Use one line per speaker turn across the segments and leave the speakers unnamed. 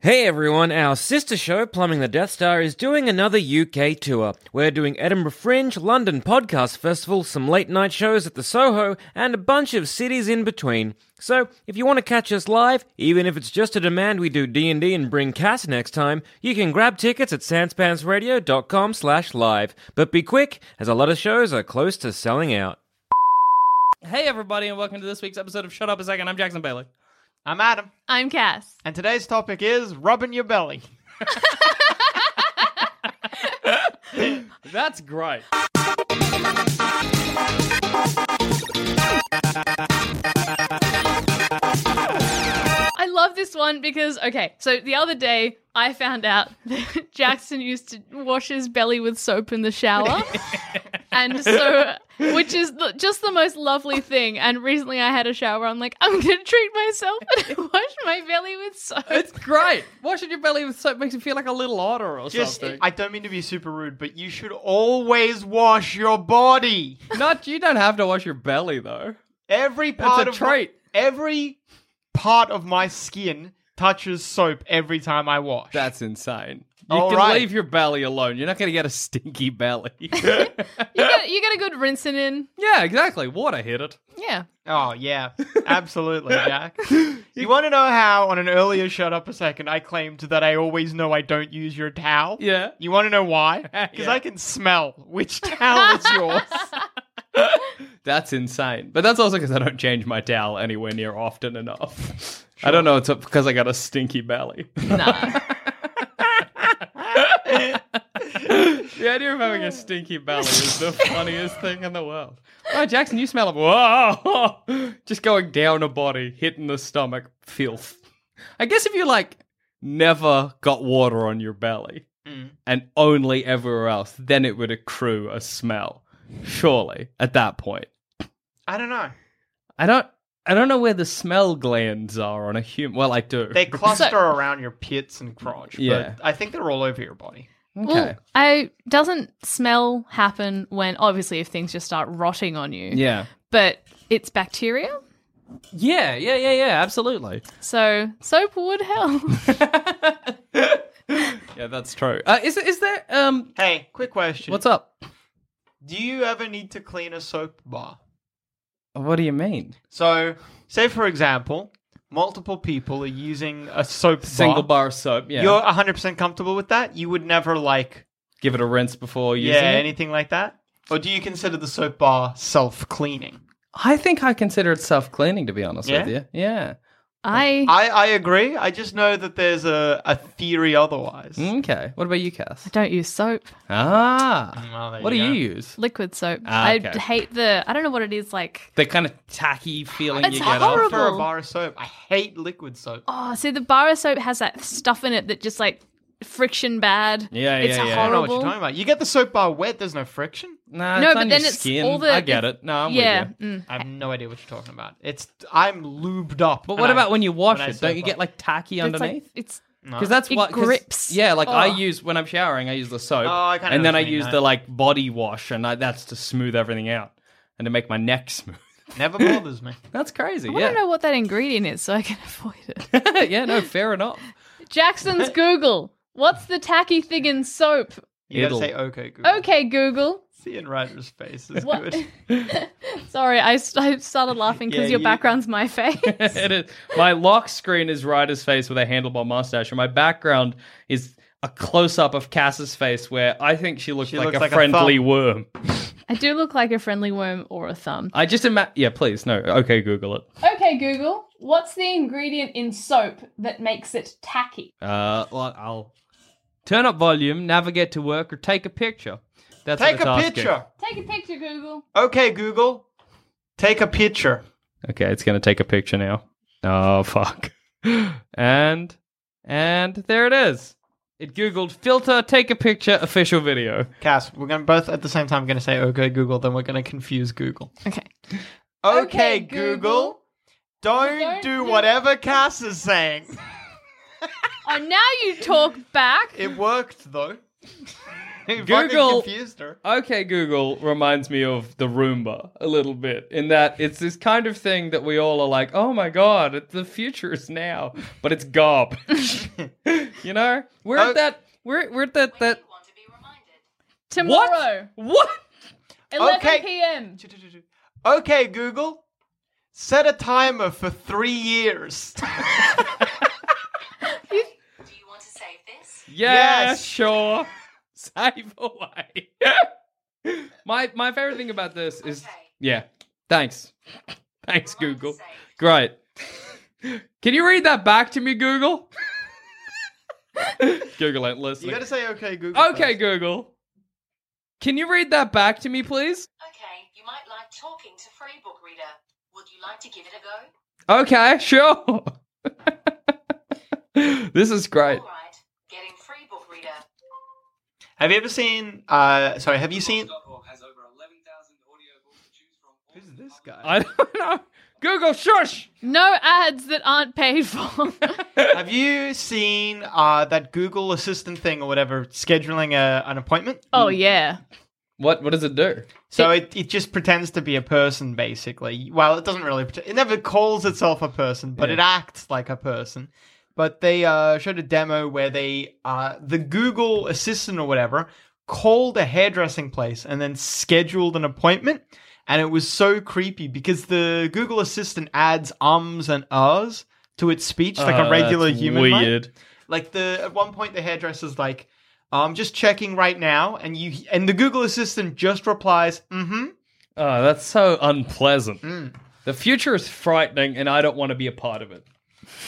Hey everyone, our sister show Plumbing the Death Star is doing another UK tour. We're doing Edinburgh Fringe, London Podcast Festival, some late night shows at the Soho, and a bunch of cities in between. So, if you want to catch us live, even if it's just a demand we do D&D and bring Cass next time, you can grab tickets at sanspantsradio.com slash live. But be quick, as a lot of shows are close to selling out.
Hey, everybody, and welcome to this week's episode of Shut Up a Second. I'm Jackson Bailey.
I'm Adam,
I'm Cass.
and today's topic is rubbing your belly.
That's great.
I love this one because okay, so the other day I found out that Jackson used to wash his belly with soap in the shower. and so which is the, just the most lovely thing and recently I had a shower I'm like I'm going to treat myself and wash my belly with soap.
It's great. Washing your belly with soap makes you feel like a little otter or
Just,
something.
I don't mean to be super rude, but you should always wash your body.
Not you don't have to wash your belly though.
Every part
a
of
trait.
My, every part of my skin touches soap every time I wash.
That's insane. You
All
can
right.
leave your belly alone. You're not going to get a stinky belly.
You get, you get a good rinsing in.
yeah, exactly. Water hit it.
Yeah.
oh yeah, absolutely, Jack. You want to know how on an earlier shut up a second I claimed that I always know I don't use your towel?
Yeah.
You want to know why? Because
Yeah.
I can smell which towel is yours.
That's insane. But that's also because I don't change my towel anywhere near often enough. I don't know. It's because I got a stinky belly.
Nah.
the idea of having a stinky belly is the funniest thing in the world. Oh, Jackson, you smell it. Whoa! Just going down a body, hitting the stomach, filth. I guess if you like never got water on your belly
Mm,
and only everywhere else, then it would accrue a smell. Surely, at that point,
I don't know.
I don't. I don't know where the smell glands are on a human. Well, I do.
They cluster
So-
around your pits and crotch,
Yeah.
but I think they're all over your body.
okay.
Well, I doesn't smell happen when obviously if things just start rotting on you.
yeah.
But it's bacteria.
Yeah. Yeah. Yeah. Yeah. Absolutely.
So soap would help.
Yeah, that's true. Uh, is is there? Um,
Hey, quick question.
what's up?
Do you ever need to clean a soap bar?
What do you mean?
So, say for example, multiple people are using a soap
Single
bar.
bar of soap. Yeah.
You're 100% comfortable with that? You would never like
Give it a rinse before using
yeah,
it.
anything like that? Or do you consider the soap bar self-cleaning?
I think I consider it self cleaning. To be honest
Yeah?
with you. Yeah.
I
I, I agree. I just know that there's a, a theory otherwise.
Okay. What about you, Cass?
don't use soap,
Ah.
Well, there
what do
you go.
you use?
liquid soap.
Ah,
I
okay.
hate the. I don't know what it is like.
The kind of tacky feeling
It's
you get
horrible.
off.
For a bar of soap, I hate liquid soap.
Oh, see, the bar of soap has that stuff in it that just like friction bad.
Yeah,
it's
yeah, yeah.
I don't know what
horrible.
you're talking about. You get the soap bar wet, there's no friction.
Nah,
No,
it's
but
on
then
your
it's
skin.
all the-
I get it. No, I'm
yeah,
with you.
mm.
I have no idea what you're talking about. It's I'm lubed up.
But what about when you wash
when I
it? Don't
soap
you
up.
get like tacky
it's like
underneath?
it's.
Because that's
It
what 'cause-
grips.
Yeah, like I
Oh.
use when I'm showering, I use the soap,
Oh, I kinda
and
know
then I
what you mean,
use
no.
the like body wash, and I, that's to smooth everything out and to make my neck smooth.
never bothers me.
That's crazy.
I
yeah,
want to know what that ingredient is so I can avoid it.
yeah, no, fair enough.
Jackson's Google. What's the tacky thing in soap?
You
It'll-
gotta say okay, Google.
Okay, Google.
See in Ryder's face is
What?
good.
Sorry, I, st- I started laughing because
Yeah,
your
you-
background's my face.
it is. My lock screen is Ryder's face with a handlebar mustache, and my background is a close up of Cass's face where I think she looks
She
like
looks
a
like a
friendly
thumb.
worm.
I do look like a friendly worm or a thumb.
I just imagine. Yeah, please, no. Okay, Google it.
Okay, Google, what's the ingredient in soap that makes it tacky?
Uh, well, I'll turn up volume, navigate to work, or take a picture. That's what
Take
it's
a
asking.
picture.
Take a picture, Google.
Okay, Google. Take a picture.
Okay, it's gonna take a picture now. Oh fuck. And and there it is. It googled filter, take a picture, official video.
Cass, we're gonna both at the same time gonna say okay Google, then we're gonna confuse Google.
Okay.
Okay,
Okay,
Google,
Google,
don't,
don't
do
do-
whatever Cass is saying.
Oh, now you talk back.
It worked though. It fucking
Google-
confused her.
Okay, Google reminds me of the Roomba a little bit in that it's this kind of thing that we all are like, oh my god, it- the future is now, but it's gob. you know, we're
Oh.
at that. We're we're at that that
Tomorrow,
what?
11
Okay.
p.m.
Okay, Google, set a timer for three years.
Do you want to save this?
Yeah,
Yes.
sure. Save away. my my favorite thing about this is yeah. Thanks, thanks Google. Great. Can you read that back to me, Google? Google ain't
you
listening.
gotta say okay, Google.
Okay,
first.
Google. Can you read that back to me, please?
Okay, you might like talking to Free Book Reader. Would you like to give it a go?
Okay, sure. this is great.
Oh.
Alright, getting Free Book Reader.
Have you ever seen? Uh, sorry, have you seen? Who's this guy?
I don't know. Google, shush!
No ads that aren't paid for.
have you seen uh, that Google Assistant thing or whatever scheduling a, an appointment?
oh yeah.
What what does it do?
So it, it just pretends to be a person, basically. Well, it doesn't really. Pretend, it never calls itself a person, but it acts like a person. But they uh, showed a demo where they uh, the Google Assistant or whatever called a hairdressing place and then scheduled an appointment, and it was so creepy because the Google Assistant adds ums and uhs to its speech like a regular human. might.
Uh, Weird.
Like the at one point the hairdresser's like, "I'm just checking right now," and you and the Google Assistant just replies, "Mm-hmm."
Oh, that's so unpleasant. The future is frightening, and I don't want to be a part of it.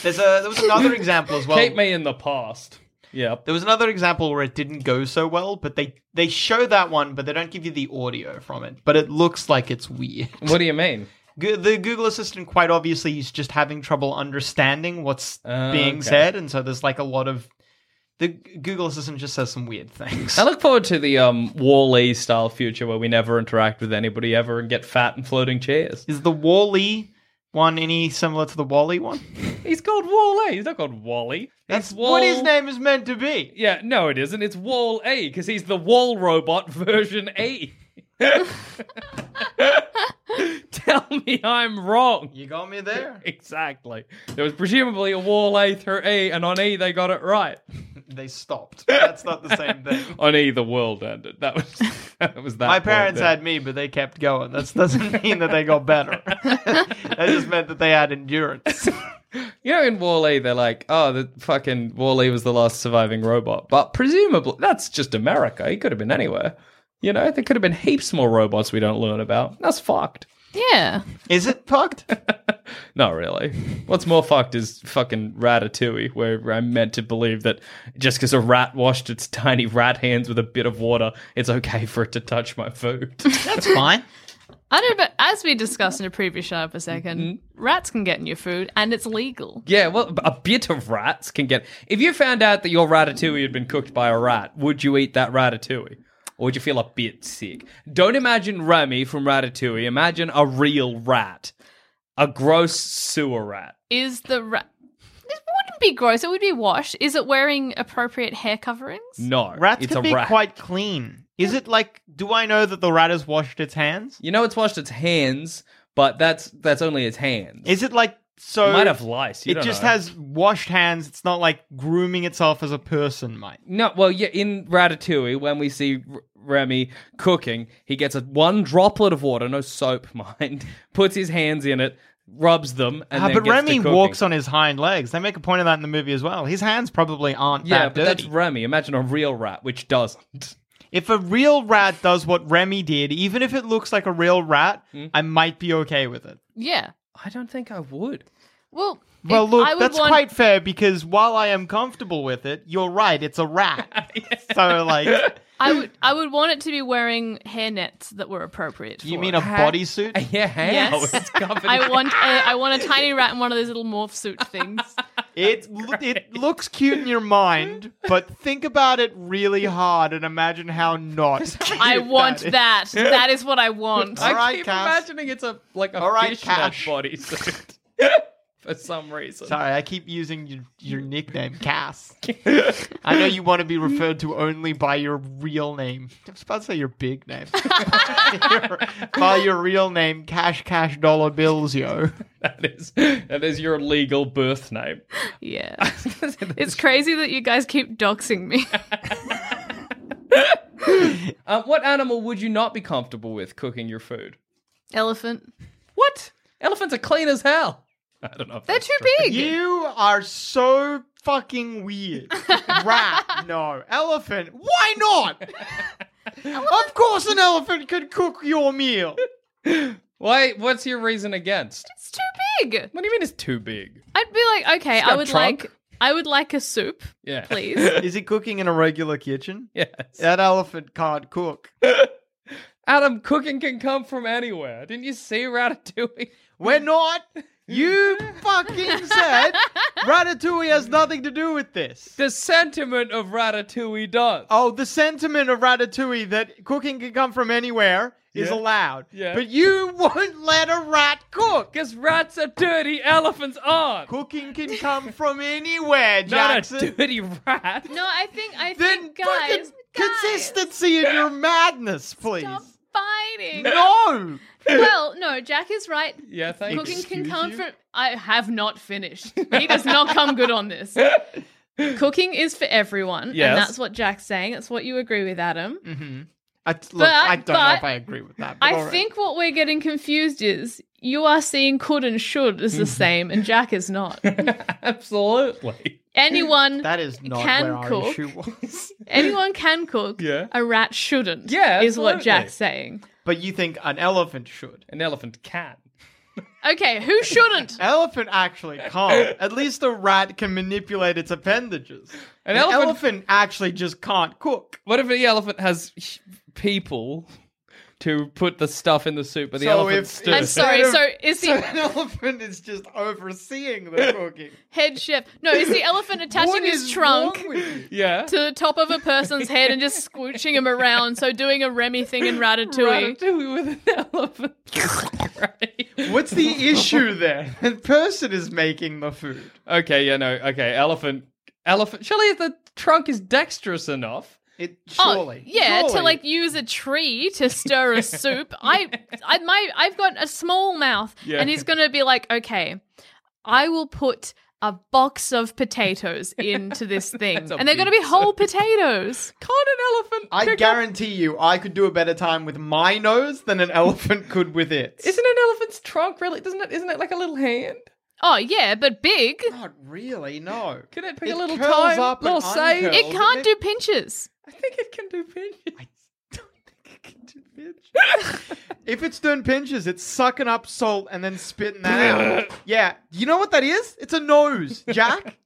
There's a there was another example as well.
Keep me in the past. Yep.
There was another example where it didn't go so well, but they they show that one, but they don't give you the audio from it. But it looks like it's weird.
What do you mean?
Go- the Google Assistant quite obviously is just having trouble understanding what's
Uh,
being
okay.
said, and so there's like a lot of the Google Assistant just says some weird things.
I look forward to the um, Wall-E style future where we never interact with anybody ever and get fat and floating chairs.
Is the Wally one any similar to the Wally one?
He's called Wall A. He's not called Wally.
That's
Wall-
what his name is meant to be.
Yeah, no, it isn't. It's Wall A because he's the wall robot version E. A. Tell me I'm wrong.
You got me there.
Exactly. There was presumably a wall A through E, and on E they got it right.
They stopped. That's not the same thing.
On E the world ended. That was that was that.
My
point
parents
there.
had me, but they kept going. That doesn't mean that they got better. that just meant that they had endurance.
You know, in Wall E they're like, oh, the fucking Wall E was the last surviving robot, but presumably that's just America. He could have been anywhere. You know, there could have been heaps more robots we don't learn about. That's fucked.
Yeah.
Is it fucked?
Not really. What's more fucked is fucking Ratatouille, where I'm meant to believe that just because a rat washed its tiny rat hands with a bit of water, it's okay for it to touch my food.
That's fine.
I don't. But as we discussed in a previous shut up a 2nd
Mm-hmm.
rats can get in your food, and it's legal.
yeah, well, a bit of rats can get. If you found out that your Ratatouille had been cooked by a rat, would you eat that Ratatouille? Or would you feel a bit sick? Don't imagine Remy from Ratatouille. Imagine a real rat. A gross sewer rat.
Is the rat? This wouldn't be gross. It would be washed. Is it wearing appropriate hair coverings?
Mm.
No.
Rats
it's
can
a
be
rat.
quite clean. Is it like? Do I know that the rat has washed its hands?
You know it's washed its hands, but that's that's only its hands.
Is it like so?
it might have lice. You
it
don't
just
know.
has washed hands. It's not like grooming itself as a person might.
no. Well, yeah. In Ratatouille, when we see R- Remy cooking, he gets a one droplet of water, no soap, mind. Puts his hands in it, rubs them, and
Ah,
then
but
gets to
Remy
cooking.
walks on his hind legs. They make a point of that in the movie as well. His hands probably aren't
Yeah,
that
but that's
dirty.
Remy. Imagine a real rat, which doesn't.
If a real rat does what Remy did, even if it looks like a real rat, I might be okay with it.
Yeah.
I don't think I would.
Well.
Well,
if-
look,
I would
that's
want-
quite fair because while I am comfortable with it, you're right, it's a rat. so, like,
I would. I would want it to be wearing hair nets that were appropriate.
you
for
mean
it.
a bodysuit?
Yeah, how?
Yes.
It's covered.
I
in-
want. A, I want a tiny rat in one of those little morph suit things.
It lo- it looks cute in your mind, but think about it really hard and imagine how not.
I
cute
want
is.
that. That is what I want.
I
right,
keep
Cass.
imagining it's a like a
All right,
fishnet
Cash.
bodysuit for some reason.
Sorry, I keep using your, your nickname, Cass. I know you want to be referred to only by your real name. I was about to say your big name. by your real name, Cash Cash Dollar Bills, yo.
That is that is your legal birth name.
Yeah. It's crazy that you guys keep doxing me.
Um, what animal would you not be comfortable with cooking your food?
Elephant.
What? Elephants are clean as hell. I don't know. If
They're
that's
too
true.
big.
You are so fucking weird. Rat, no. Elephant, why not? of course, an elephant could cook your meal.
Why? What's your reason against?
It's too big.
What do you mean it's too big?
I'd be like, okay,
got
I would
trunk.
like I would like a soup,
Yeah.
please.
Is he cooking in a regular kitchen?
Yes.
That elephant can't cook.
Adam, cooking can come from anywhere. Didn't you see Ratatouille?
We're not. You fucking said Ratatouille has nothing to do with this.
The sentiment of Ratatouille does.
Oh, the sentiment of Ratatouille that cooking can come from anywhere is
Yeah.
allowed.
Yeah.
But you won't let a rat cook.
Because rats are dirty, elephants aren't.
Cooking can come from anywhere,
Not
Jackson.
a dirty rat.
No, I think I
then
think guys,
fucking
guys
consistency in your madness, please.
stop fighting.
No.
Well, no, Jack is right.
Yeah, thank
Cooking can
Excuse
come
you?
from. I have not finished. He does not come good on this. Cooking is for everyone,
Yes.
and that's what Jack's saying. That's what you agree with, Adam.
I, look,
But-
I don't know
but-
if I agree with that. But
I
all right.
think what we're getting confused is you are seeing could and should as the same, and Jack is not.
Absolutely.
Anyone
that is not
can
where our
cook.
issue was.
anyone can cook.
Yeah.
A rat shouldn't.
Yeah,
is what
absolutely.
Jack's saying.
But you think an elephant should.
An elephant can.
Okay, who shouldn't?
Elephant actually can't. At least a rat can manipulate its appendages. An, elephant...
elephant-
actually just can't cook.
What if the elephant has h- people to put the stuff in the soup, but the
So
elephant
if-
stirs?
I'm
Yes.
sorry.
Sort of-
So is
So
the
an elephant is just overseeing the cooking.
head chef? No, is the elephant
What
attaching his
is
trunk?
wrong with you?
Yeah.
to the top of a person's head and just squooching him around. So doing a Remy thing in Ratatouille.
Ratatouille with an elephant. Right.
What's the issue there? The person is making the food.
okay, yeah, no, okay, elephant, elephant. Surely if the trunk is dexterous enough.
It
Oh,
surely.
yeah, to
surely.
like use a tree to stir a soup. I, I, my, I've got a small mouth,
Yeah.
and he's gonna be like, okay, I will put a box of potatoes into this thing,
a
and they're gonna be
big
whole potatoes.
Can't an elephant?
I
pick up-
guarantee you, I could do a better time with my nose than an elephant could with its.
Isn't an elephant's trunk really? Doesn't it? Isn't it like a little hand?
Oh yeah, but big.
Not really, no.
Can it pick
It
a little
curls
time,
up and
little save?
uncurls.
It
Well,
can't
they-
do pinches.
I think it can do pinches. I don't think it can do pinches.
If it's doing pinches, it's sucking up salt and then spitting that out. Yeah. You know what that is? It's a nose, Jack.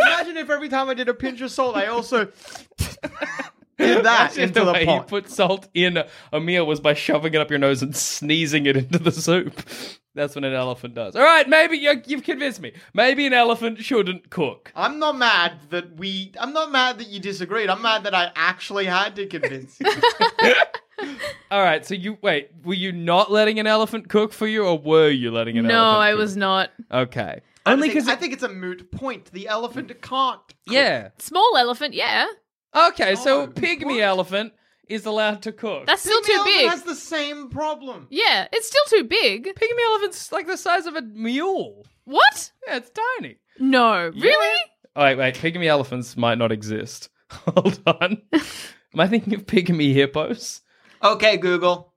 Imagine if every time I did a pinch of salt, I also did that
Imagine
into
the
the,
way you
pot.
put salt in a- a meal was by shoving it up your nose and sneezing it into the soup. That's what an elephant does. All right, maybe you, you've convinced me. Maybe an elephant shouldn't cook.
I'm not mad that we. I'm not mad that you disagreed. I'm mad that I actually had to convince you.
All right, so you wait. Were you not letting an elephant cook for you, or were you letting an
No,
elephant?
I
cook?
was not.
Okay,
I
only
think,
because
I think it's a moot point. The elephant can't.
yeah.
Small elephant, yeah.
Okay, so
No,
a pygmy
what?
elephant is allowed to cook.
That's still
The
too
elephant
big.
has the same problem.
Yeah, it's still too big.
pygmy elephant's like the size of a mule.
What?
Yeah, it's tiny.
No, really?
Oh, wait, wait. Pygmy elephants might not exist. Hold on. Am I thinking of pygmy hippos?
Okay, Google.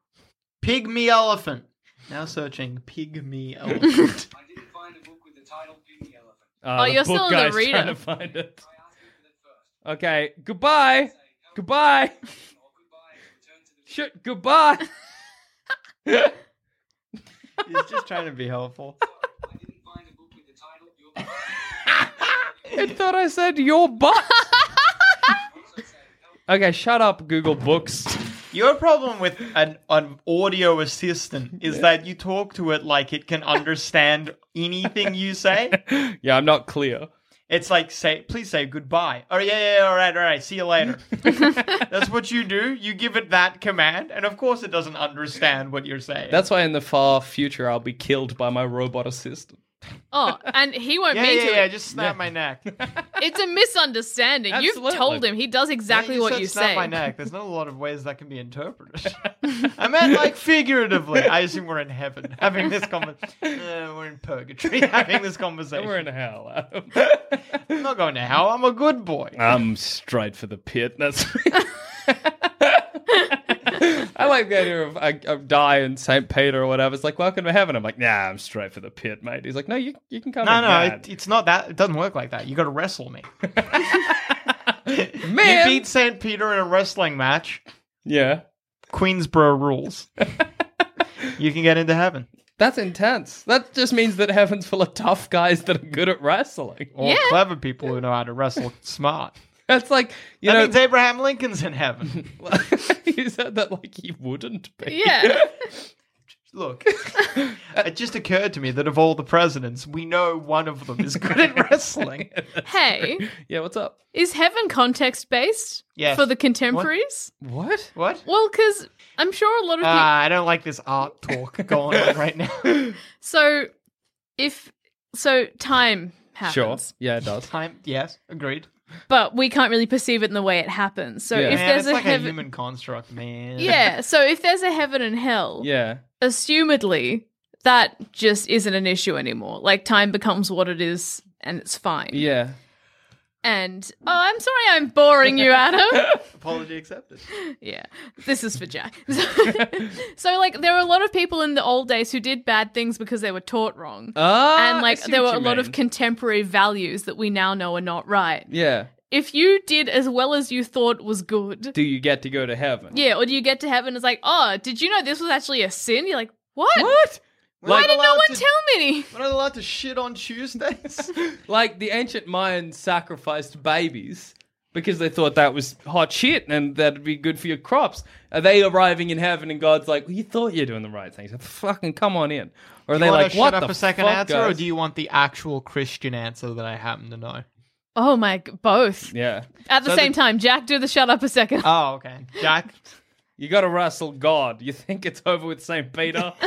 Pygmy elephant. Now searching pygmy elephant.
I didn't find a book with the title Pygmy Elephant.
Uh,
Oh,
the book
you're still in the
guy's
reader.
Trying to find
I
it.
asked you for that first.
Okay, goodbye. Goodbye.
Or goodbye and return to the
Shit, goodbye.
He's just trying to be helpful.
I didn't find a book with the title Your Book.
I thought I said your butt. okay, shut up, Google Books.
Your problem with an, an audio assistant is that you talk to it like it can understand anything you say.
yeah, I'm not clear.
It's like say, please say goodbye. Oh yeah, yeah, yeah, all right, all right, see you later. That's what you do. You give it that command, and of course, it doesn't understand what you're saying.
That's why in the far future I'll be killed by my robot assistant.
Oh, and he won't
yeah,
mean
yeah,
to.
yeah. Just snap my neck.
It's a misunderstanding. You've
Absolutely.
told him he does exactly
Yeah,
what
said
you
snap
say.
my neck. There's not a lot of ways that can be interpreted. I meant like figuratively. I assume we're in heaven having this conversation. Uh, we're in purgatory having this conversation.
We're in hell. Adam.
I'm not going to hell. I'm a good boy.
I'm straight for the pit. That's. I like the idea of I, I die in St. Peter or whatever. It's like, welcome to heaven. I'm like, nah, I'm straight for the pit, mate. He's like, no, you, you can come
no,
in
no,
mad.
it, it's not that. It doesn't work like that. You got to wrestle me.
Man!
You beat St. Peter in a wrestling match.
yeah.
Queensborough rules. you can get into heaven.
That's intense. That just means that heaven's full of tough guys that are good at wrestling.
Or
Yeah.
clever people who know how to wrestle smart.
That's like, you
that
know,
means Abraham Lincoln's in heaven.
you said that like he wouldn't be.
Yeah.
Look, it just occurred to me that of all the presidents, we know one of them is good at wrestling.
hey,
Yeah, what's up?
is heaven context based
Yes.
for the contemporaries?
What?
What?
Well, because I'm sure a lot of
Ah,
people.
I don't like this art talk going on right now.
So, if so, time happens.
Sure. Yeah, it does.
Time, yes, agreed.
But we can't really perceive it in the way it happens. So
Yeah.
if
man,
there's
it's
a
like
heaven,
a human construct, man.
yeah. So if there's a heaven and hell,
Yeah.
assumedly that just isn't an issue anymore. Like time becomes what it is, and it's fine.
Yeah.
And oh, I'm sorry, I'm boring you, Adam.
Apology accepted.
Yeah, this is for Jack. so, like, there were a lot of people in the old days who did bad things because they were taught wrong.
Ah,
and,
I
like,
see
there were
what
a
you
lot of
mean.
contemporary values that we now know are not right.
yeah.
If you did as well as you thought was good,
Do you get to go to heaven?
yeah, or do you get to heaven? It's like, oh, did you know this was actually a sin? You're like, what?
What?
Why
Like,
did no one
to,
tell me?
We're not allowed to shit on Tuesdays.
like the ancient Mayans sacrificed babies because they thought that was hot shit and that'd be good for your crops. Are they arriving in heaven and God's like, well, you thought you're doing the right things. Fucking come on in. Or are they
you wanna
like, what
shut
the
up a second
fuck,
answer, or
guys?
do you want the actual Christian answer that I happen to know?
Oh my, g- both.
Yeah.
At the
So
same time, Jack, do the shut up a second.
Oh, okay, Jack.
You gotta wrestle God. You think it's over with St. Peter?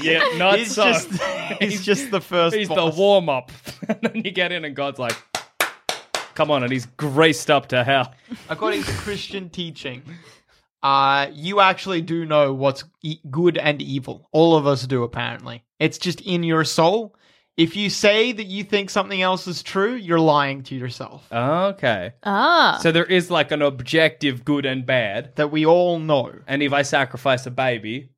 yeah, not
he's
so.
just he's just the first.
He's the
boss.
warm up. and then you get in, and God's like, come on, and he's graced up to hell.
According to Christian teaching, uh, you actually do know what's e- good and evil. All of us do, apparently. It's just in your soul. If you say that you think something else is true, you're lying to yourself.
Okay.
ah.
So there is like an objective good and bad.
that we all know.
And if I sacrifice a baby,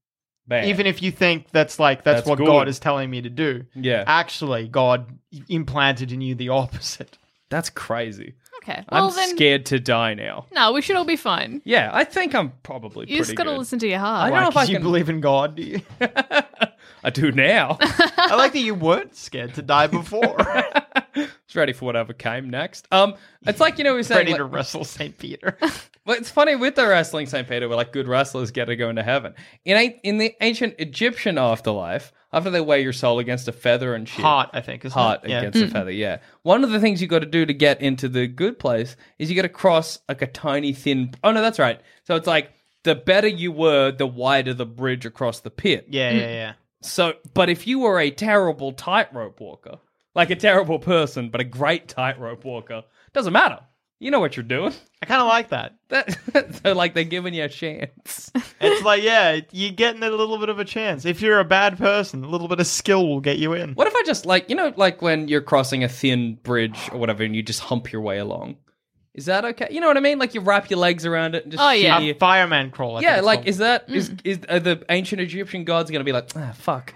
bad.
Even if you think that's like that's,
That's
what
good.
God is telling me to do.
Yeah.
Actually, God implanted in you the opposite.
That's crazy.
okay. Well,
I'm
then,
scared to die now.
no, we should all be fine.
Yeah, I think I'm probably
You just
pretty
gotta
good.
listen to your
I
heart.
don't know if I
Because you
can.
believe in God. do you?
I do now.
I like that you weren't scared to die before.
It's ready for whatever came next. Um, it's like you know we said.
Ready
like,
to wrestle Saint Peter.
Well, it's funny with the wrestling St. Peter, where like good wrestlers get to go into heaven. In a- in the ancient Egyptian afterlife, after they weigh your soul against a feather and shit,
Heart, I think, is
heart
it? Yeah.
against a feather, yeah. One of the things you got to do to get into the good place is you got to cross like a tiny thin. Oh no, that's right. So it's like the better you were, the wider the bridge across the pit.
Yeah, yeah, yeah.
So, but if you were a terrible tightrope walker, like a terrible person, but a great tightrope walker, doesn't matter. You know what you're doing.
I kind of like that.
That, so like they're giving you a chance.
It's like, yeah, you're getting a little bit of a chance. If you're a bad person, a little bit of skill will get you in.
What if I just like you know like when you're crossing a thin bridge or whatever and you just hump your way along? Is that okay? You know what I mean? Like you wrap your legs around it and just
Oh,
shit
yeah. Mm.
you-
A fireman crawler.
yeah. Like is that is is are the ancient Egyptian gods gonna be like ah fuck?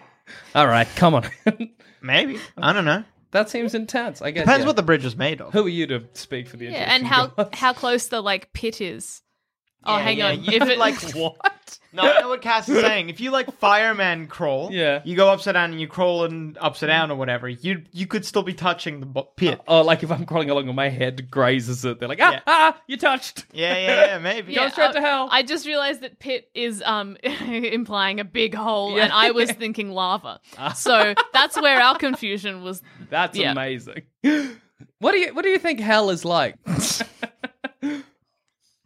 All right, come on.
maybe I don't know.
that seems intense. I guess
Depends
yeah.
what the bridge is made of.
Who are you to speak for the
Yeah,
Egyptian
and how
gods?
how close the like pit is. Oh,
Yeah,
hang
yeah,
on.
you
If
could,
it
like,
What?
No, I know what Cass is saying. If you like fireman crawl,
Yeah.
you go upside down and you crawl and upside down or whatever. You you could still be touching the bo- pit.
Oh, like if I'm crawling along and my head grazes it, they're like, ah,
Yeah.
ah, you touched.
Yeah, yeah, yeah, maybe.
Yeah,
straight
uh,
to hell.
I just realized that pit is um implying a big hole,
Yeah.
and I was thinking lava.
Ah.
so that's where our confusion was.
That's
Yeah.
amazing. What do you What do you think hell is like?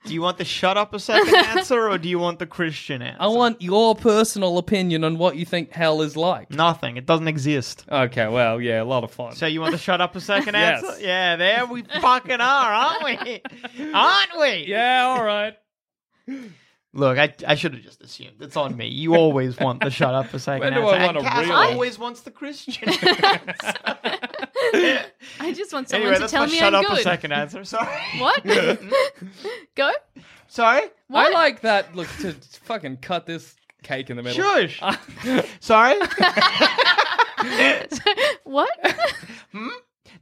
Do you want the shut up a second answer or do you want the Christian answer?
I want your personal opinion on what you think hell is like.
nothing. It doesn't exist.
Okay, well, yeah, a lot of fun.
So you want to shut up a second
Yes.
answer? Yeah, there we fucking are, aren't we? Aren't we?
yeah, all right.
Look, I, I should have just assumed. It's on me. You always want the shut up a second
When do
answer.
I
And
want a
Cass
real-
always wants the Christian.
I just want someone
anyway,
to
that's
tell
my
me
shut
I'm
up
good.
a second answer. Sorry.
What? Go.
Sorry?
What?
I like that. Look, to fucking cut this cake in the middle.
Shush. Sorry?
What?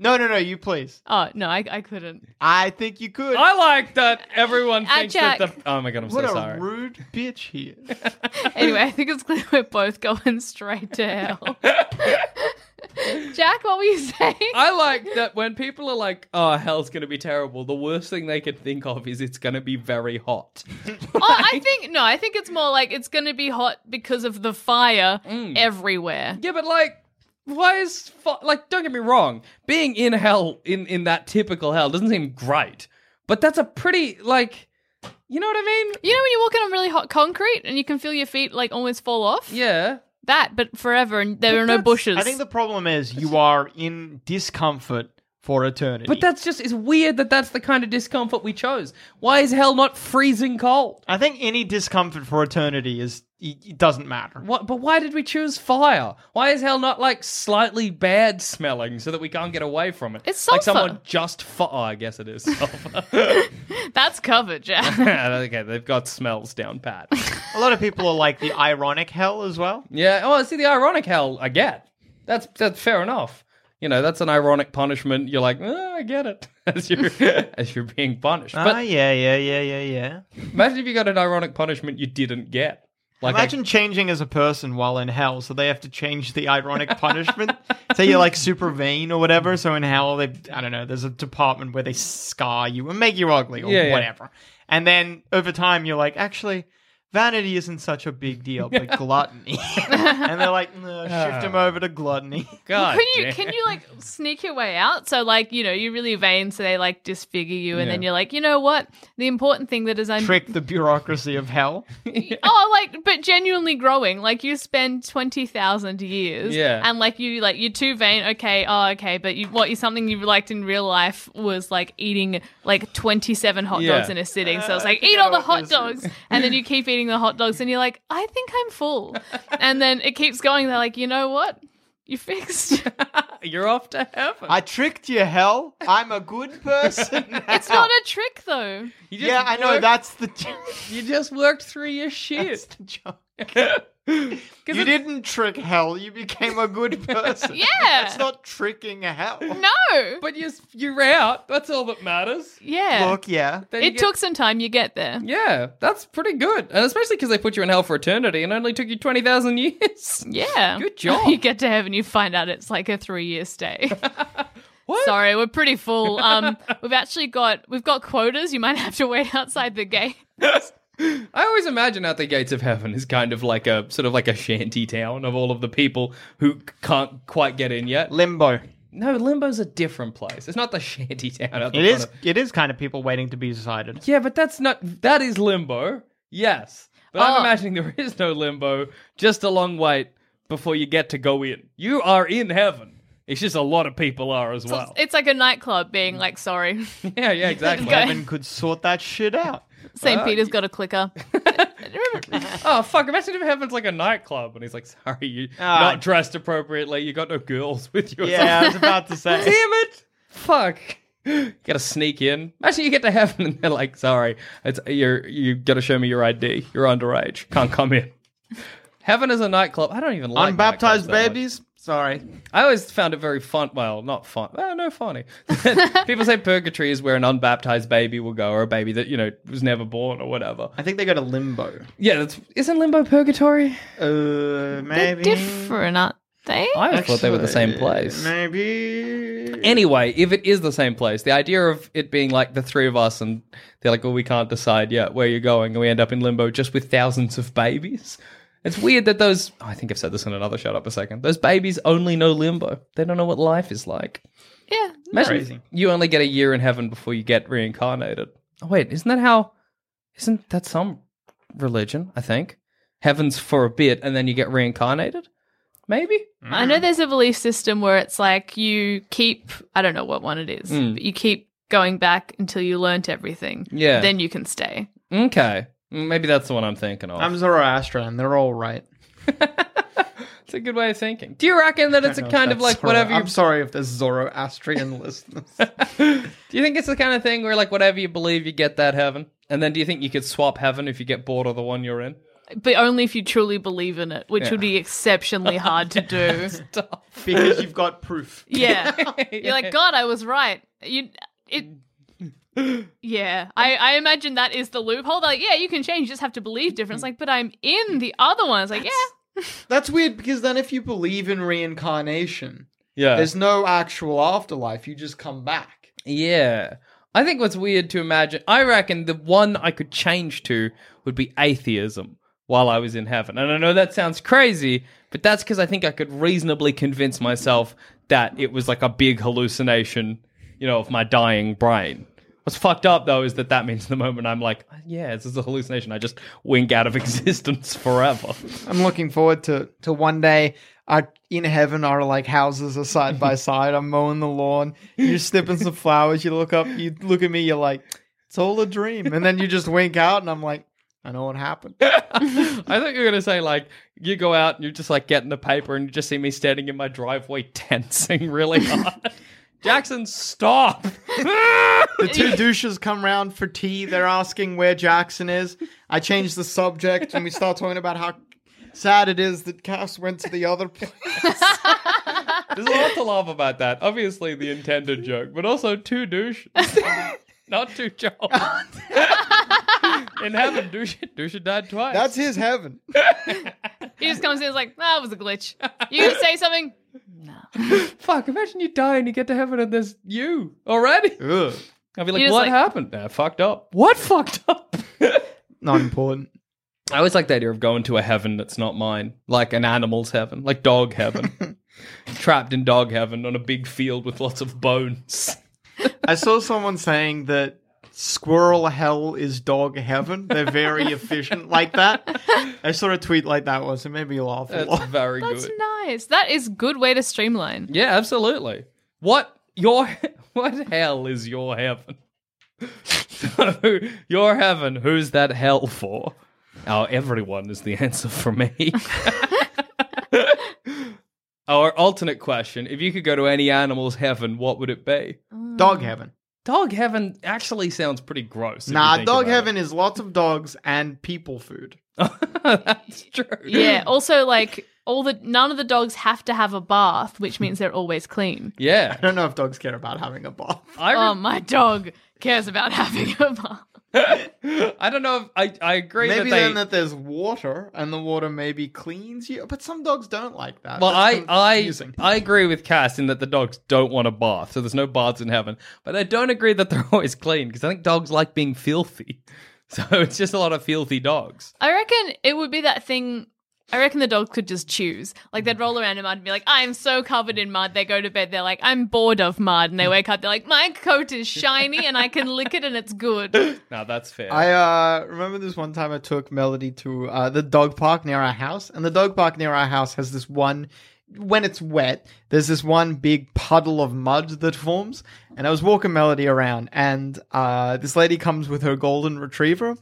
No, no, no, you please.
oh no, I, I couldn't.
I think you could.
I like that everyone
Ah,
thinks that
Jack.
the. Oh my god, I'm
what
so
a
sorry.
rude bitch he is.
Anyway, I think it's clear we're both going straight to hell. Jack, what were you saying?
I like that when people are like, "Oh, hell's gonna be terrible." The worst thing they can think of is it's gonna be very hot.
oh, I think no, I think it's more like it's going to be hot because of the fire
Mm.
everywhere.
Yeah, but like, why is fu- like? Don't get me wrong. Being in hell in in that typical hell doesn't seem great, but that's a pretty like, you know what I mean?
You know when you're walking on really hot concrete and you can feel your feet like almost fall off?
Yeah.
That, but forever and there
But
are no
that's-
bushes.
I think the problem is you are in discomfort for eternity.
But that's just, it's weird that that's the kind of discomfort we chose. Why is hell not freezing cold?
I think any discomfort for eternity is it it doesn't matter.
What, but why did we choose fire? Why is hell not like slightly bad smelling so that we can't get away from it?
It's
Like
sulfur.
someone just fu- Oh, I guess it is sulfur.
That's covered, Jack.
okay, they've got smells down pat.
A lot of people are like the ironic hell as well.
Yeah. Oh, see, the ironic hell I get. That's that's fair enough. You know, that's an ironic punishment. You're like, oh, I get it, as you're as you're being punished.
Ah,
But
yeah, yeah, yeah, yeah, yeah.
imagine if you got an ironic punishment you didn't get. Like,
Imagine changing as a person while in hell, so they have to change the ironic punishment. Say you're like super vain or whatever, so in hell they I don't know, there's a department where they scar you and make you ugly or
Yeah, yeah.
whatever. And then over time you're like, actually, vanity isn't such a big deal, but gluttony. and they're like, no,
Ah.
shift him over to gluttony.
I, God,
can you
damn.
can you like sneak your way out? So like, you know, you're really vain, so they like disfigure you and then
Yeah.
you're like, you know what? The important thing that is I'm
Trick the bureaucracy of hell.
Oh, like, but genuinely growing. Like, you spend twenty thousand years,
Yeah.
and like you, like you're too vain. Okay, oh, okay, but you, what you something you liked in real life was like eating like twenty seven hot
Yeah.
dogs in a sitting. So it's like
think
eat
Uh, I
all
know
the
what
hot
this
dogs, and then you keep eating the hot dogs, and you're like, I think I'm full, and then it keeps going. They're like, you know what? You fixed.
You're off to heaven.
I tricked you, hell. I'm a good person. now.
it's not a trick though.
You just
Yeah, I know.
worked-
That's the,
You just worked through your shit.
that's the joke.
Because
You didn't trick hell. You became a good person.
Yeah.
That's not tricking hell.
No.
But you you're out. That's all that matters.
yeah.
Look, yeah.
Then you
it
get-
took some time. You get there.
Yeah, that's pretty good, and especially because they put you in hell for eternity and only took you twenty thousand years.
Yeah.
Good job.
you get to heaven, you find out it's like a three year stay.
What?
Sorry, we're pretty full. Um, we've actually got we've got quotas. You might have to wait outside the gate.
I always imagine out the gates of heaven is kind of like a sort of like a shanty town of all of the people who can't quite get in yet.
Limbo.
No, limbo's a different place. It's not the shanty town. Out the
It
front
is.
of-
It is kind of people waiting to be decided.
yeah, but that's not. That is limbo. Yes, but
Oh.
I'm imagining there is no limbo. Just a long wait before you get to go in. You are in heaven. It's just a lot of people are as
So
well.
It's like a nightclub being like, sorry,
yeah, yeah, exactly.
Go.
Heaven could sort that shit out.
St. Peter's got a clicker.
Oh fuck! Imagine if heaven's like a nightclub and he's like, "Sorry, you
Ah.
not dressed appropriately. You got no girls with you." or
Yeah, I was about to
Damn
say.
it! Fuck. gotta sneak in. Imagine you get to heaven and they're like, sorry, it's you're you gotta show me your ID. You're underage. Can't come in. Heaven is a nightclub. I don't even like
Unbaptized
nightclubs that much.
babies, Sorry.
I always found it very fun. Well, not fun. Well, no, funny. People say purgatory is where an unbaptized baby will go, or a baby that you know was never born, or whatever.
I think they go to limbo.
Yeah, that's isn't limbo purgatory?
Uh,
They're
maybe.
different, aren't they?
I always thought they were the same
Actually,
place.
Maybe.
Anyway, if it is the same place, the idea of it being like the three of us and they're like, well, we can't decide yet where you're going, and we end up in limbo just with thousands of babies. It's weird that those. oh, I think I've said this in another shut up a second. Those babies only know limbo. They don't know what life is like.
Yeah.
Imagine
Crazy.
you only get a year in heaven before you get reincarnated. Oh, wait, isn't that how? Isn't that some religion? I think heaven's for a bit, and then you get reincarnated. Maybe.
I know there's a belief system where it's like you keep, I don't know what one it is,
Mm.
but you keep going back until you learnt everything.
Yeah.
Then you can stay.
Okay, Mm, maybe that's the one I'm thinking of.
I'm Zoroastrian. They're all right.
It's a good way of thinking. Do you reckon that it's a
I don't know if
kind of
that's
like
Zoro-
whatever you?
I'm sorry if there's Zoroastrian listeners.
Do you think it's the kind of thing where like whatever you believe, you get that heaven, and then do you think you could swap heaven if you get bored of the one you're in?
But only if you truly believe in it, which would be exceptionally hard to do.
because you've got proof.
yeah. You're like, God, I was right. You, it, yeah. I, I imagine that is the loophole. They're like, yeah, you can change. You just have to believe different. It's like, but I'm in the other one. It's like, yeah.
That's weird because then if you believe in reincarnation,
Yeah.
there's no actual afterlife. You just come back.
Yeah. I think what's weird to imagine, I reckon the one I could change to would be atheism while I was in heaven. And I know that sounds crazy, but that's because I think I could reasonably convince myself that it was like a big hallucination, you know, of my dying brain. What's fucked up though is that that means the moment I'm like, yeah, this is a hallucination, I just wink out of existence forever.
I'm looking forward to to one day. Our, in heaven, our like houses are side by side. I'm mowing the lawn. You're snipping some flowers. You look up. You look at me. You're like, it's all a dream. And then you just wink out, and I'm like, I know what happened.
I thought you were gonna say like you go out and you just like getting the paper and you just see me standing in my driveway tensing really hard. Jackson, stop!
The two douches come round for tea. They're asking where Jackson is. I change the subject, and we start talking about how sad it is that Cass went to the other place.
There's a lot to laugh about that. Obviously the intended joke, but also two douche, not two jokes. in heaven, douche, douche died twice.
That's his heaven.
He just comes in. It's like, that was a glitch. You can say something.
fuck. Imagine you die and you get to heaven and there's you already.
Ugh.
I'd be like,
You're just
what
like-
happened? Nah, fucked up. What fucked up?
Not important.
I always like the idea of going to a heaven that's not mine, like an animal's heaven, like dog heaven. Trapped in dog heaven on a big field with lots of bones.
I saw someone saying that squirrel hell is dog heaven. They're very efficient like that. I saw a tweet like that once. It made me laugh a
That's
lot.
very
That's
good.
nice. That is good way to streamline.
yeah, absolutely. What your what hell is your heaven? so your heaven, who's that hell for? Oh, everyone is the answer for me. Our alternate question: If you could go to any animal's heaven, what would it be?
Dog heaven.
Dog heaven actually sounds pretty gross. if you
Nah,
think
dog
about
heaven is lots of dogs and people food.
it. That's true.
Yeah. Also, like all the none of the dogs have to have a bath, which means they're always clean.
Yeah.
I don't know if dogs care about having a bath.
I, re-
Oh, my dog cares about having a bath.
I don't know if I, I agree
Maybe
that they.
then that there's water and the water maybe cleans you, but some dogs don't like that.
well,
That's
I, I,
confusing.
I agree with Cass in that the dogs don't want a bath, so there's no baths in heaven. But I don't agree that they're always clean because I think dogs like being filthy. So it's just a lot of filthy dogs.
I reckon it would be that thing. I reckon the dog could just choose. Like they'd roll around in mud and be like, "I am so covered in mud." They go to bed. They're like, "I'm bored of mud," and they wake up. They're like, "My coat is shiny and I can lick it and it's good."
Now that's fair.
I uh, remember this one time I took Melody to uh, the dog park near our house, and the dog park near our house has this one. When it's wet, there's this one big puddle of mud that forms. And I was walking Melody around, and uh, this lady comes with her golden retriever, and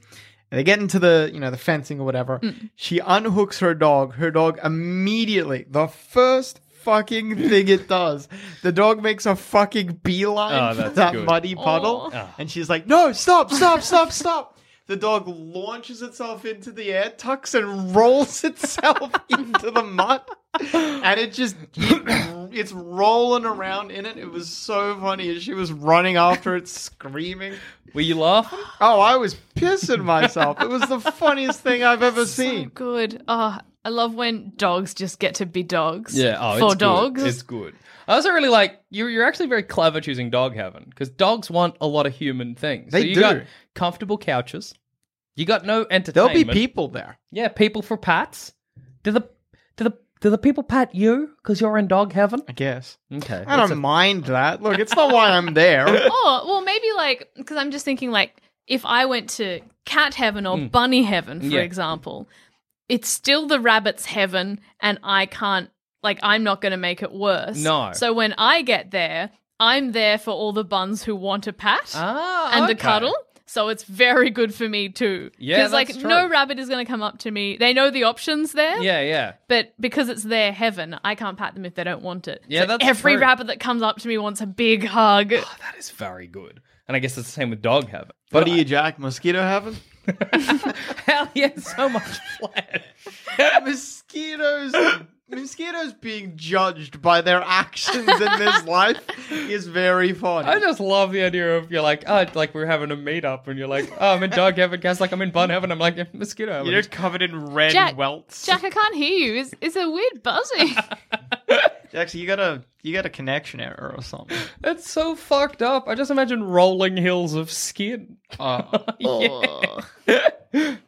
they get into the you know the fencing or whatever.
Mm.
She unhooks her dog. Her dog immediately the first fucking thing it does, the dog makes a fucking beeline
Oh,
for
that's
that
good.
muddy puddle.
Aw.
And she's like, no, stop, stop, stop, stop. The dog launches itself into the air, tucks and rolls itself into the mud, and it just it's rolling around in it. It was so funny. and She was running after it, screaming.
Were you laughing?
Oh, I was pissing myself. It was the funniest thing I've ever
So
seen.
good. Oh, I love when dogs just get to be dogs.
Yeah, oh,
for
it's
dogs.
Good. It's good. I also really like you. You're actually very clever choosing dog heaven because dogs want a lot of human things. so
They
you
do.
got comfortable couches. You got no
There'll
entertainment.
be people there.
Yeah, people for pats. Do the do the do the people pat you because you're in dog heaven?
I guess.
Okay.
I don't mind that. Look, it's not why I'm there.
Oh, well, maybe like, because I'm just thinking, like, if I went to cat heaven or bunny heaven, for
Hmm. Yeah.
example, it's still the rabbit's heaven, and I can't, like, I'm not going to make it worse.
No.
So when I get there, I'm there for all the buns who want a pat
Ah,
and
okay.
a cuddle. So it's very good for me too.
Yeah,
Because, like,
that's
no
true.
rabbit is going to come up to me. They know the options there.
Yeah, yeah.
But because it's their heaven, I can't pat them if they don't want it.
Yeah,
So
that's
every
true.
rabbit that comes up to me wants a big hug.
That is very good. And I guess it's the same with dog heaven.
What do you, Jack? Mosquito heaven?
Hell yeah, so much flesh.
mosquitoes mosquitoes being judged by their actions in this life is very funny.
I just love the idea of you're like, oh, it's like we're having a meetup, and you're like, oh, I'm in dog heaven. Guys, like I'm in bun heaven. I'm like in mosquito heaven.
You're covered in red
Jack-
welts.
Jack, I can't hear you. It's, it's a weird buzzing.
Actually, you got a you got a connection error or something.
That's so fucked up. I just imagine rolling hills of skin.
Oh.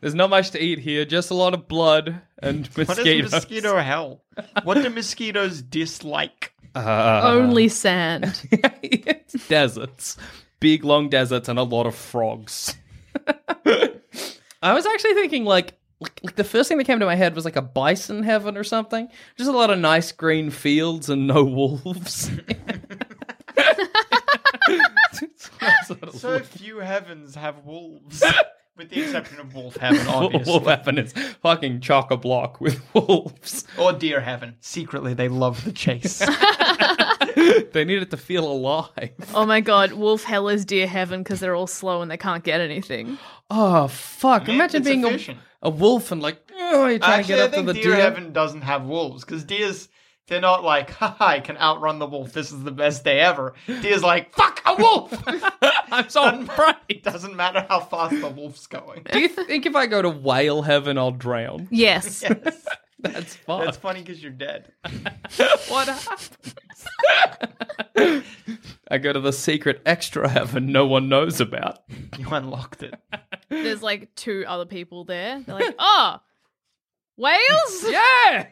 There's not much to eat here, just a lot of blood and
What
mosquitoes.
is mosquito hell? What do mosquitoes dislike?
Only sand.
It's deserts, big long deserts, and a lot of frogs. I was actually thinking like. Like, like the first thing that came to my head was like a bison heaven or something. Just a lot of nice green fields and no wolves. That's what I sort of
So few heavens have wolves, with the exception of wolf heaven,
Wolf
obviously,
heaven is fucking chock a block with wolves.
or deer heaven. Secretly, they love the chase.
They needed to feel alive.
oh my god, wolf hell is dear heaven because they're all slow and they can't get anything.
Oh fuck! Imagine
it's
being a,
efficient.
a wolf and like, oh, you're trying
Actually,
to get
I
up to
think
the
deer,
deer.
heaven doesn't have wolves because deers they're not like, ha ha, I can outrun the wolf. This is the best day ever. Deer's like, fuck a wolf.
I'm so
it
afraid.
doesn't matter how fast the wolf's going.
Do you think if I go to whale heaven, I'll drown?
Yes.
Yes.
That's fun.
That's funny because you're dead.
what happens? I go to the secret extra heaven no one knows about.
You unlocked it.
There's like two other people there. They're like, oh, whales?
Yeah.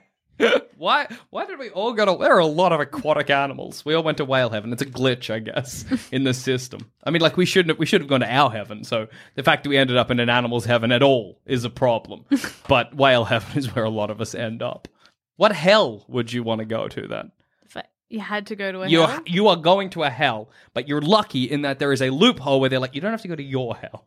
Why? Why did we all go to? There are a lot of aquatic animals. We all went to whale heaven. It's a glitch, I guess, in the system. I mean, like we shouldn't. Have, we should have gone to our heaven. So the fact that we ended up in an animal's heaven at all is a problem. but whale heaven is where a lot of us end up. What hell would you want to go to then?
If I- You had to go to a
You
hell?
you are going to a hell, but you're lucky in that there is a loophole where they're like, you don't have to go to your hell.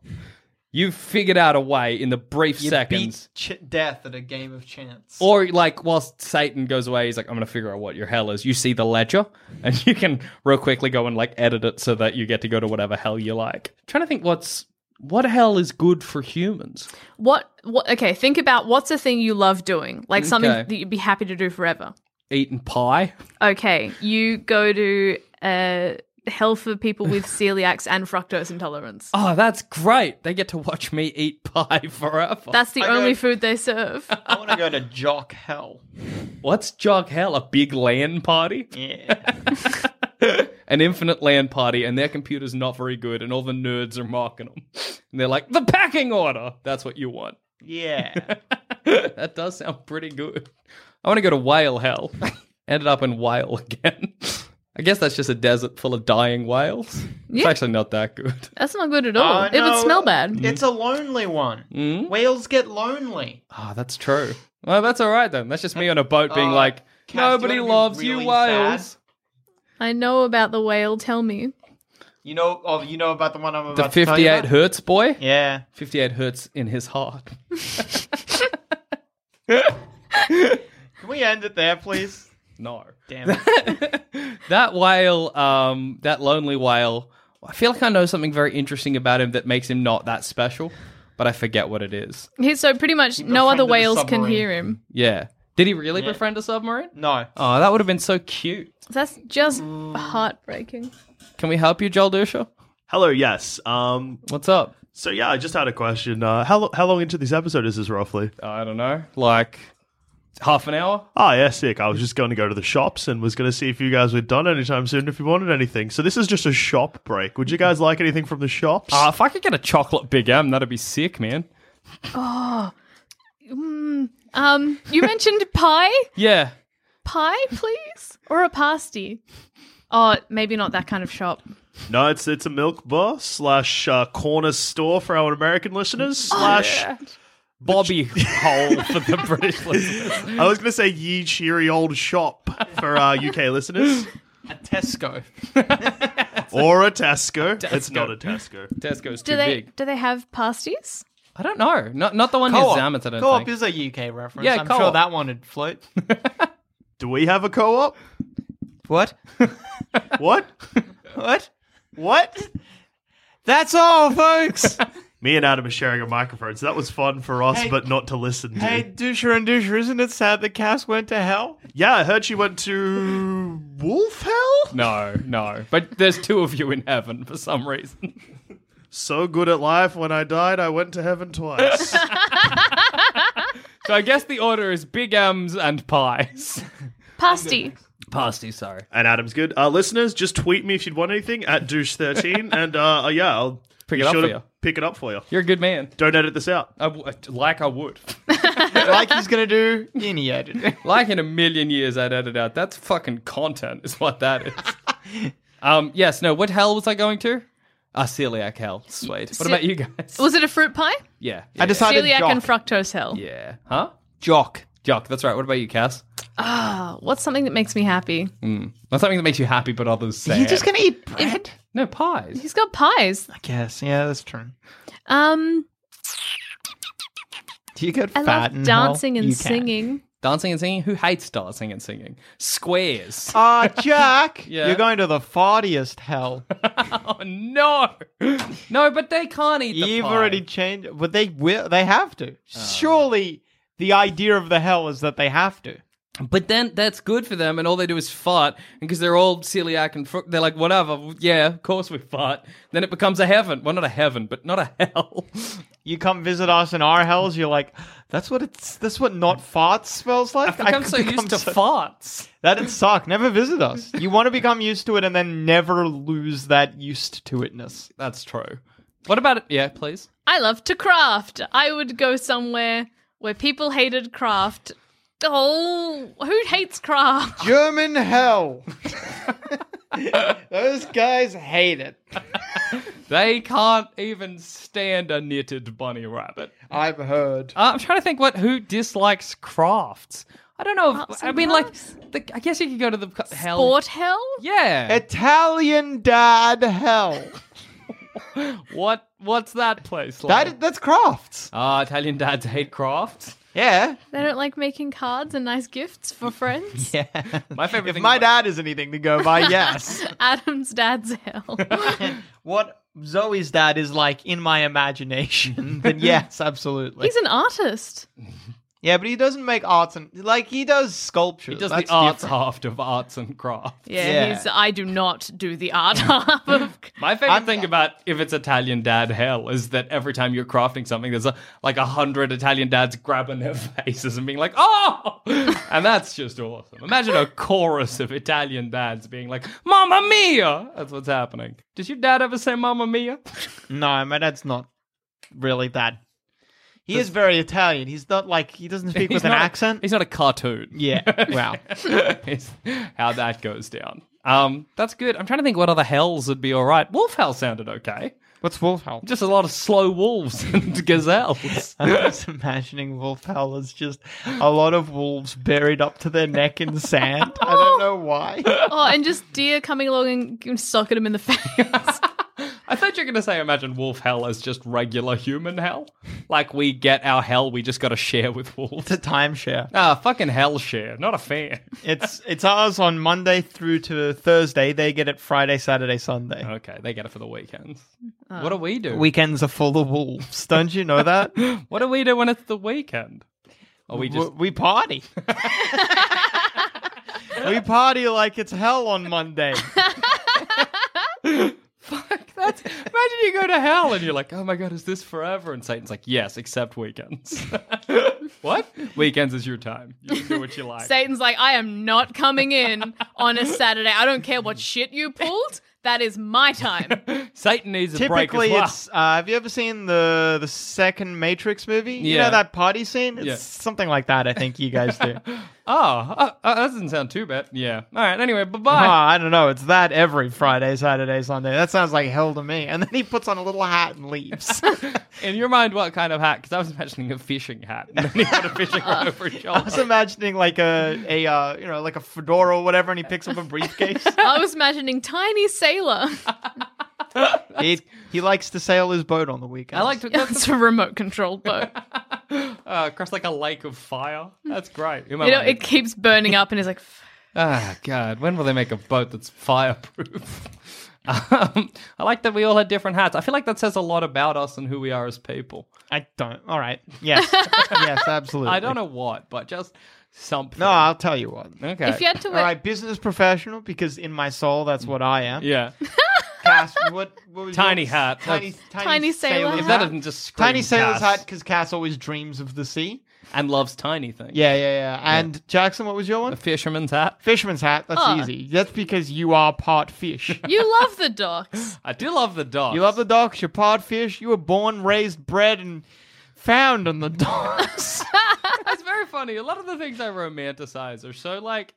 You figured out a way in the brief
You
seconds.
beat ch- death at a game of chance.
Or like whilst Satan goes away, he's like, I'm gonna figure out what your hell is. You see the ledger, and you can real quickly go and like edit it so that you get to go to whatever hell you like. trying to think what's what hell is good for humans.
What, what? Okay, think about what's a thing you love doing, like something
Okay.
that you'd be happy to do forever.
Eating pie.
Okay, you go to uh, hell for people with celiacs and fructose intolerance.
Oh, that's great. They get to watch me eat pie forever.
That's the
I
only
go-
food they serve.
I want to go to Jock Hell.
what's jog hell? A big LAN party?
Yeah.
An infinite LAN party, and their computer's not very good, and all the nerds are mocking them. And they're like, the packing order. That's what you want.
Yeah.
that does sound pretty good. I want to go to whale hell. Ended up in whale again. I guess that's just a desert full of dying whales. It's
Yeah.
actually not that good.
That's not good at all.
Oh,
It would
no.
smell bad.
It's a lonely one.
Hmm?
Whales get lonely.
Ah, that's true. Well, that's all right then. That's just me on a boat being
Uh,
like,
Cass, do you
nobody
wanna be
loves
really
you whales.
sad?
I know about the whale. Tell me.
You know, oh, you know about the one I'm about
The
to tell you
58
about?
Hertz boy.
Yeah.
58 Hertz in his heart.
Can we end it there, please?
No.
Damn it.
That whale, um, that lonely whale, I feel like I know something very interesting about him that makes him not that special. but I forget what it is.
He, so pretty much no
befriended
other
a
whales can
submarine.
hear him.
Yeah. Did he really befriend a submarine?
No.
Oh, that would have been so cute.
That's just
Mm.
heartbreaking.
Can we help you, Joel Dusha?
Hello, yes. Um,
What's up?
so yeah, I just had a question. Uh, how lo- how long into this episode is this roughly?
I don't know. Like half an hour?
Ah, yeah, sick. I was just going to go to the shops and was going to see if you guys were done anytime soon if you wanted anything. So this is just a shop break. Would you guys like anything from the shops?
Uh, if I could get a chocolate Big M, that'd be sick, man.
Um, you mentioned pie,
Yeah.
pie, please, or a pasty. Oh, maybe not that kind of shop.
no, it's it's a milk bar slash uh, corner store for our American listeners slash.
Bobby Hole for the British listeners.
I was going to say ye cheery old shop for uh, UK listeners
A Tesco.
or a Tesco. It's
Tesco.
not a Tesco.
Tesco's
Do
too
they
big.
do they have pasties?
I don't know. Not not the one near
Co-op.
Zamet, I don't
Co-op
think.
is a UK reference.
Yeah,
I'm sure
co-op.
that one would float.
Do we have a co-op?
what?
What?
What?
What?
That's all, folks.
Me and Adam are sharing a microphone, so that was fun for us,
Hey.
but not to listen to.
hey, Dusher and Dusher, isn't it sad the cast went to hell?
Yeah, I heard she went to Wolf Hell.
No, no. But there's two of you in heaven for some reason.
So good at life. When I died, I went to heaven twice.
So I guess the order is Big M's and pies.
Oh,
Pasty.
Pasty, sorry.
and Adam's good. Uh, listeners, just tweet me if you'd want anything at douche13, and uh, uh, yeah, I'll
Pick
be
it up
sure
for
to
you.
Pick it up for you.
You're a good man.
Don't edit this out.
I w- like I would.
like he's gonna do. In he edited.
Like in a million years, I'd edit out. That's fucking content, is what that is. um, yes, no. What hell was I going to? Ah, celiac hell. Sweet. What
Ce-
about you guys?
Was it a fruit pie?
yeah, yeah.
I decided
Celiac
jock.
and fructose hell.
Yeah. Huh?
jock.
Jock. That's right. What about you, Cass?
Oh, what's something that makes me happy?
Mm.
Not something that makes you happy, but others say.
You just gonna eat bread?
no pies.
He's got pies.
I guess. Yeah, that's true.
Um,
Do you get
I
fat
love
in hell?
dancing and
You can.
singing.
Dancing and singing. Who hates dancing and singing? Squares.
Ah, Jack,
Yeah.
you're going to the fartiest hell.
Oh no, no. But they can't eat. The
You've
pie.
already changed, but they will. They have to. Surely, the idea of the hell is that they have to.
But then that's good for them, and all they do is fart, because they're all celiac and fru- they're like, whatever, yeah, of course we fart. Then it becomes a heaven. Well, not a heaven, but not a hell.
You come visit us in our hells. You're like, that's what it's. That's what not farts smells like.
I've become
could
so
become
used to
so-
farts.
That'd suck. Never visit us. You want to become used to it and then never lose that used to itness.
That's true. What about it? Yeah, please.
I love to craft. I would go somewhere where people hated craft. Oh, who hates craft?
German hell. Those guys hate it.
They can't even stand a knitted bunny rabbit.
I've heard.
Uh, I'm trying to think what who dislikes crafts. I don't know. If,
Arts
I
and
mean, like,
crafts?
the, I guess you could go to the co- hell.
Sport hell?
Yeah.
Italian dad hell.
what? What's that place like?
That that's crafts.
Ah, Italian dads hate crafts.
Yeah.
They don't like making cards and nice gifts for friends.
Yeah.
My favorite
If
thing.
my
about-
dad is anything to go by, yes.
Adam's dad's hell.
what Zoe's dad is like in my imagination, then yes, absolutely.
He's an artist.
yeah, but he doesn't make arts and like he does sculpture.
He does
That's
the arts
different.
half of arts and crafts.
Yeah,
Yeah.
he's. I do not do the art half of.
My favorite
I'm-
thing about if it's Italian dad hell is that every time you're crafting something, there's a, like a hundred Italian dads grabbing their faces and being like, "Oh!" and that's just awesome. Imagine a chorus of Italian dads being like, "Mamma mia!" That's what's happening. Does your dad ever say "Mamma mia"?
No, my dad's not really that. He is very Italian. He's not like he doesn't speak
He's
with an
not a-
accent.
He's not a cartoon.
yeah. Wow.
It's how that goes down. Um, that's good. I'm trying to think what other hells would be all right. Wolf hell sounded okay.
What's wolf howl?
Just a lot of slow wolves and gazelles.
I'm just imagining wolf howl as just a lot of wolves buried up to their neck in sand. I don't know why.
Oh, and just deer coming along and g- socket him in the face.
I thought you were going to say imagine wolf hell as just regular human hell. Like we get our hell, we just got to share with wolves.
It's a timeshare.
Ah, fucking hell share. Not a fan.
It's it's ours on Monday through to Thursday. They get it Friday, Saturday, Sunday.
Okay, they get it for the weekends. What do we do?
Weekends are full of wolves. Don't you know that?
What do we do when it's the weekend? Or we just
W- we party. we party like it's hell on Monday.
fuck that's imagine you go to hell and you're like, oh my god, is this forever? And Satan's like, yes, except weekends. what? Weekends is your time. You can do what you like.
Satan's like, I am not coming in on a Saturday. I don't care what shit you pulled. That is my time.
Satan needs a
Typically,
break as well.
it's. Uh, have you ever seen the the second Matrix movie? You
Yeah.
know that party scene. It's
Yeah.
something like that. I think you guys do.
Oh, uh, uh, that doesn't sound too bad. Yeah. All right. Anyway, bye
Ah,
bye.
I don't know. It's that every Friday, Saturday, Sunday. That sounds like hell to me. And then he puts on a little hat and leaves.
In your mind, what kind of hat? Because I was imagining a fishing hat. And then he put a fishing rod over his
I was
shoulder.
imagining like a a uh, you know like a fedora or whatever, and he picks up a briefcase.
I was imagining tiny sailor.
he he likes to sail his boat on the weekend.
I like to that's
it's a remote controlled boat.
uh, across like a lake of fire. That's great. In my
You know,
mind.
it keeps burning up and it's like, "F-
Ah, God. When will they make a boat that's fireproof? um, I like that we all had different hats. I feel like that says a lot about us and who we are as people.
I don't. All right. Yes. yes. Absolutely.
I don't know what, but just something.
No, I'll tell you what.
okay.
if you had to
All
wear.
right, business professional because in my soul that's what I am.
yeah.
Cass, what, what was
Tiny
yours?
hat.
Tiny,
That's-
tiny,
Tiny sailor
sailor's
hat.
If
hat.
that doesn't just scream
tiny sailor's
Cass
hat because Cass always dreams of the sea.
and loves tiny things.
Yeah, yeah, yeah. And Jackson, what was your
A
one?
fisherman's hat.
Fisherman's hat. That's
Oh.
easy. That's because you are part fish.
You love the docks.
I do love the dog.
you love the docks. You're part fish. You were born, raised, bred, and found on the docks.
That's very funny. A lot of the things I romanticize are so like,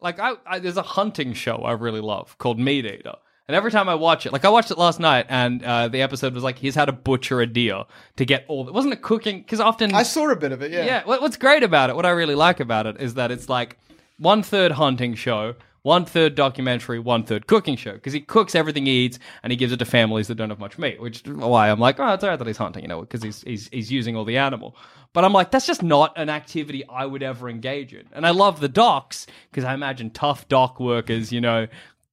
like I, I there's a hunting show I really love called Meat Eater. And every time I watch it, like I watched it last night, and uh, the episode was like, here's how to butcher a deer to get all. It wasn't a cooking because often
saw a bit of it.
yeah. what What's great about it, what I really like about it, is that it's like one third hunting show, one third documentary, one third cooking show. Because he cooks everything he eats and he gives it to families that don't have much meat, which is why I'm like, oh, it's all right that he's hunting, you know, because he's, he's, he's using all the animal. But I'm like, that's just not an activity I would ever engage in. And I love the docks because I imagine tough dock workers, you know,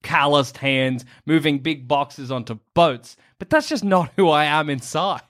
calloused hands moving big boxes onto boats. But that's just not who I am inside.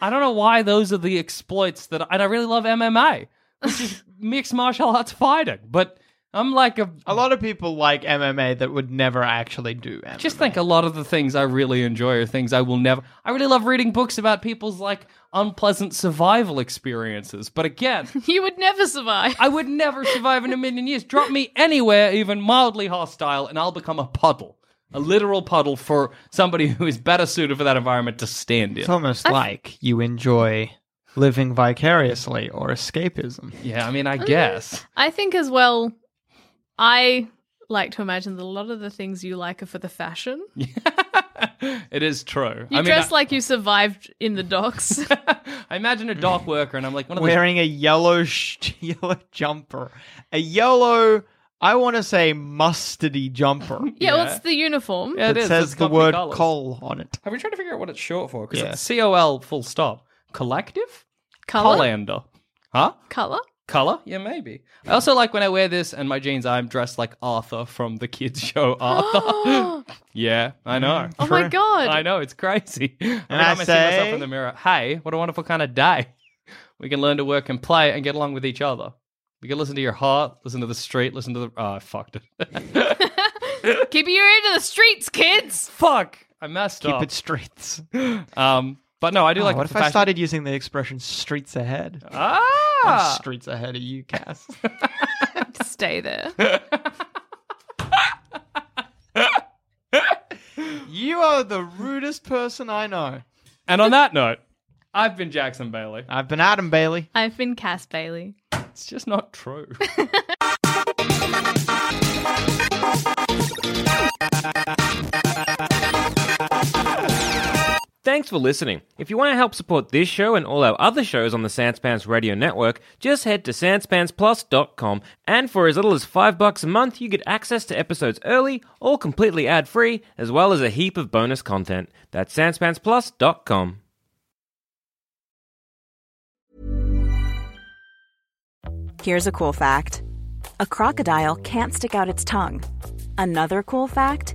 I don't know why those are the exploits that, and I really love MMA, which is mixed martial arts fighting. But I'm like a.
A lot of people like MMA that would never actually do MMA.
just think a lot of the things I really enjoy are things I will never. I really love reading books about people's like unpleasant survival experiences. But again,
You would never survive.
I would never survive in a million years. Drop me anywhere, even mildly hostile, and I'll become a puddle. A literal puddle for somebody who is better suited for that environment to stand in.
It's almost like you enjoy living vicariously or escapism.
Yeah, I mean, I guess.
I think as well, I like to imagine that a lot of the things you like are for the fashion. You
it is true. I mean,
dress
I-
like you survived in the docks.
I imagine a dock worker, and I'm like, one of those.
Wearing a yellow sh- yellow jumper, a yellow I want to say mustardy jumper
yeah,
Yeah.
well, it's the uniform.
Yeah,
that
it is.
says
It's
the
company
word
colours.
coal on it.
I've been trying to figure out what it's short for because
Yeah.
it's COL full stop. Collective?
Color.
Colander. Huh?
Color.
Color? Yeah, maybe. I also like when I wear this and my jeans, I'm dressed like Arthur from the kids' show Arthur.
oh
yeah, I know.
my god.
I know, it's crazy. Every time
I
I, see myself
say-
in the mirror, hey, what a wonderful kind of day. We can learn to work and play and get along with each other. We can listen to your heart, listen to the street, listen to the. Oh, I fucked it.
Keep your ear to the streets, kids.
Fuck! I messed
Keep
up.
it streets.
Um, but no, I do
Oh,
like
what
the
if I
fashion-
started using the expression "streets ahead"?
Ah!
I'm streets ahead of you, Cass.
Stay there.
you are the rudest person I know.
and on that note, I've been Jackson Bailey.
I've been Adam Bailey.
I've been Cass Bailey.
It's just not true.
Thanks Thanks for listening. If you want to help support this show and all our other shows on the Sanspants Radio Network, just head to sanspantsplus.com and for as little as 5 bucks a month, you get access to episodes early, all completely ad-free, as well as a heap of bonus content. That's sanspantsplus.com.
Here's a cool fact a crocodile can't stick out its tongue. Another cool fact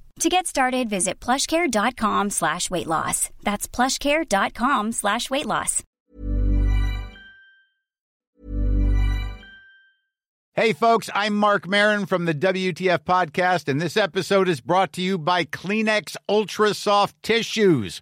To get started, visit plushcare.com slash weight loss. That's plushcare.com slash weight loss.
Hey, folks, I'm Mark Marin from the WTF Podcast, and this episode is brought to you by Kleenex Ultra Soft Tissues,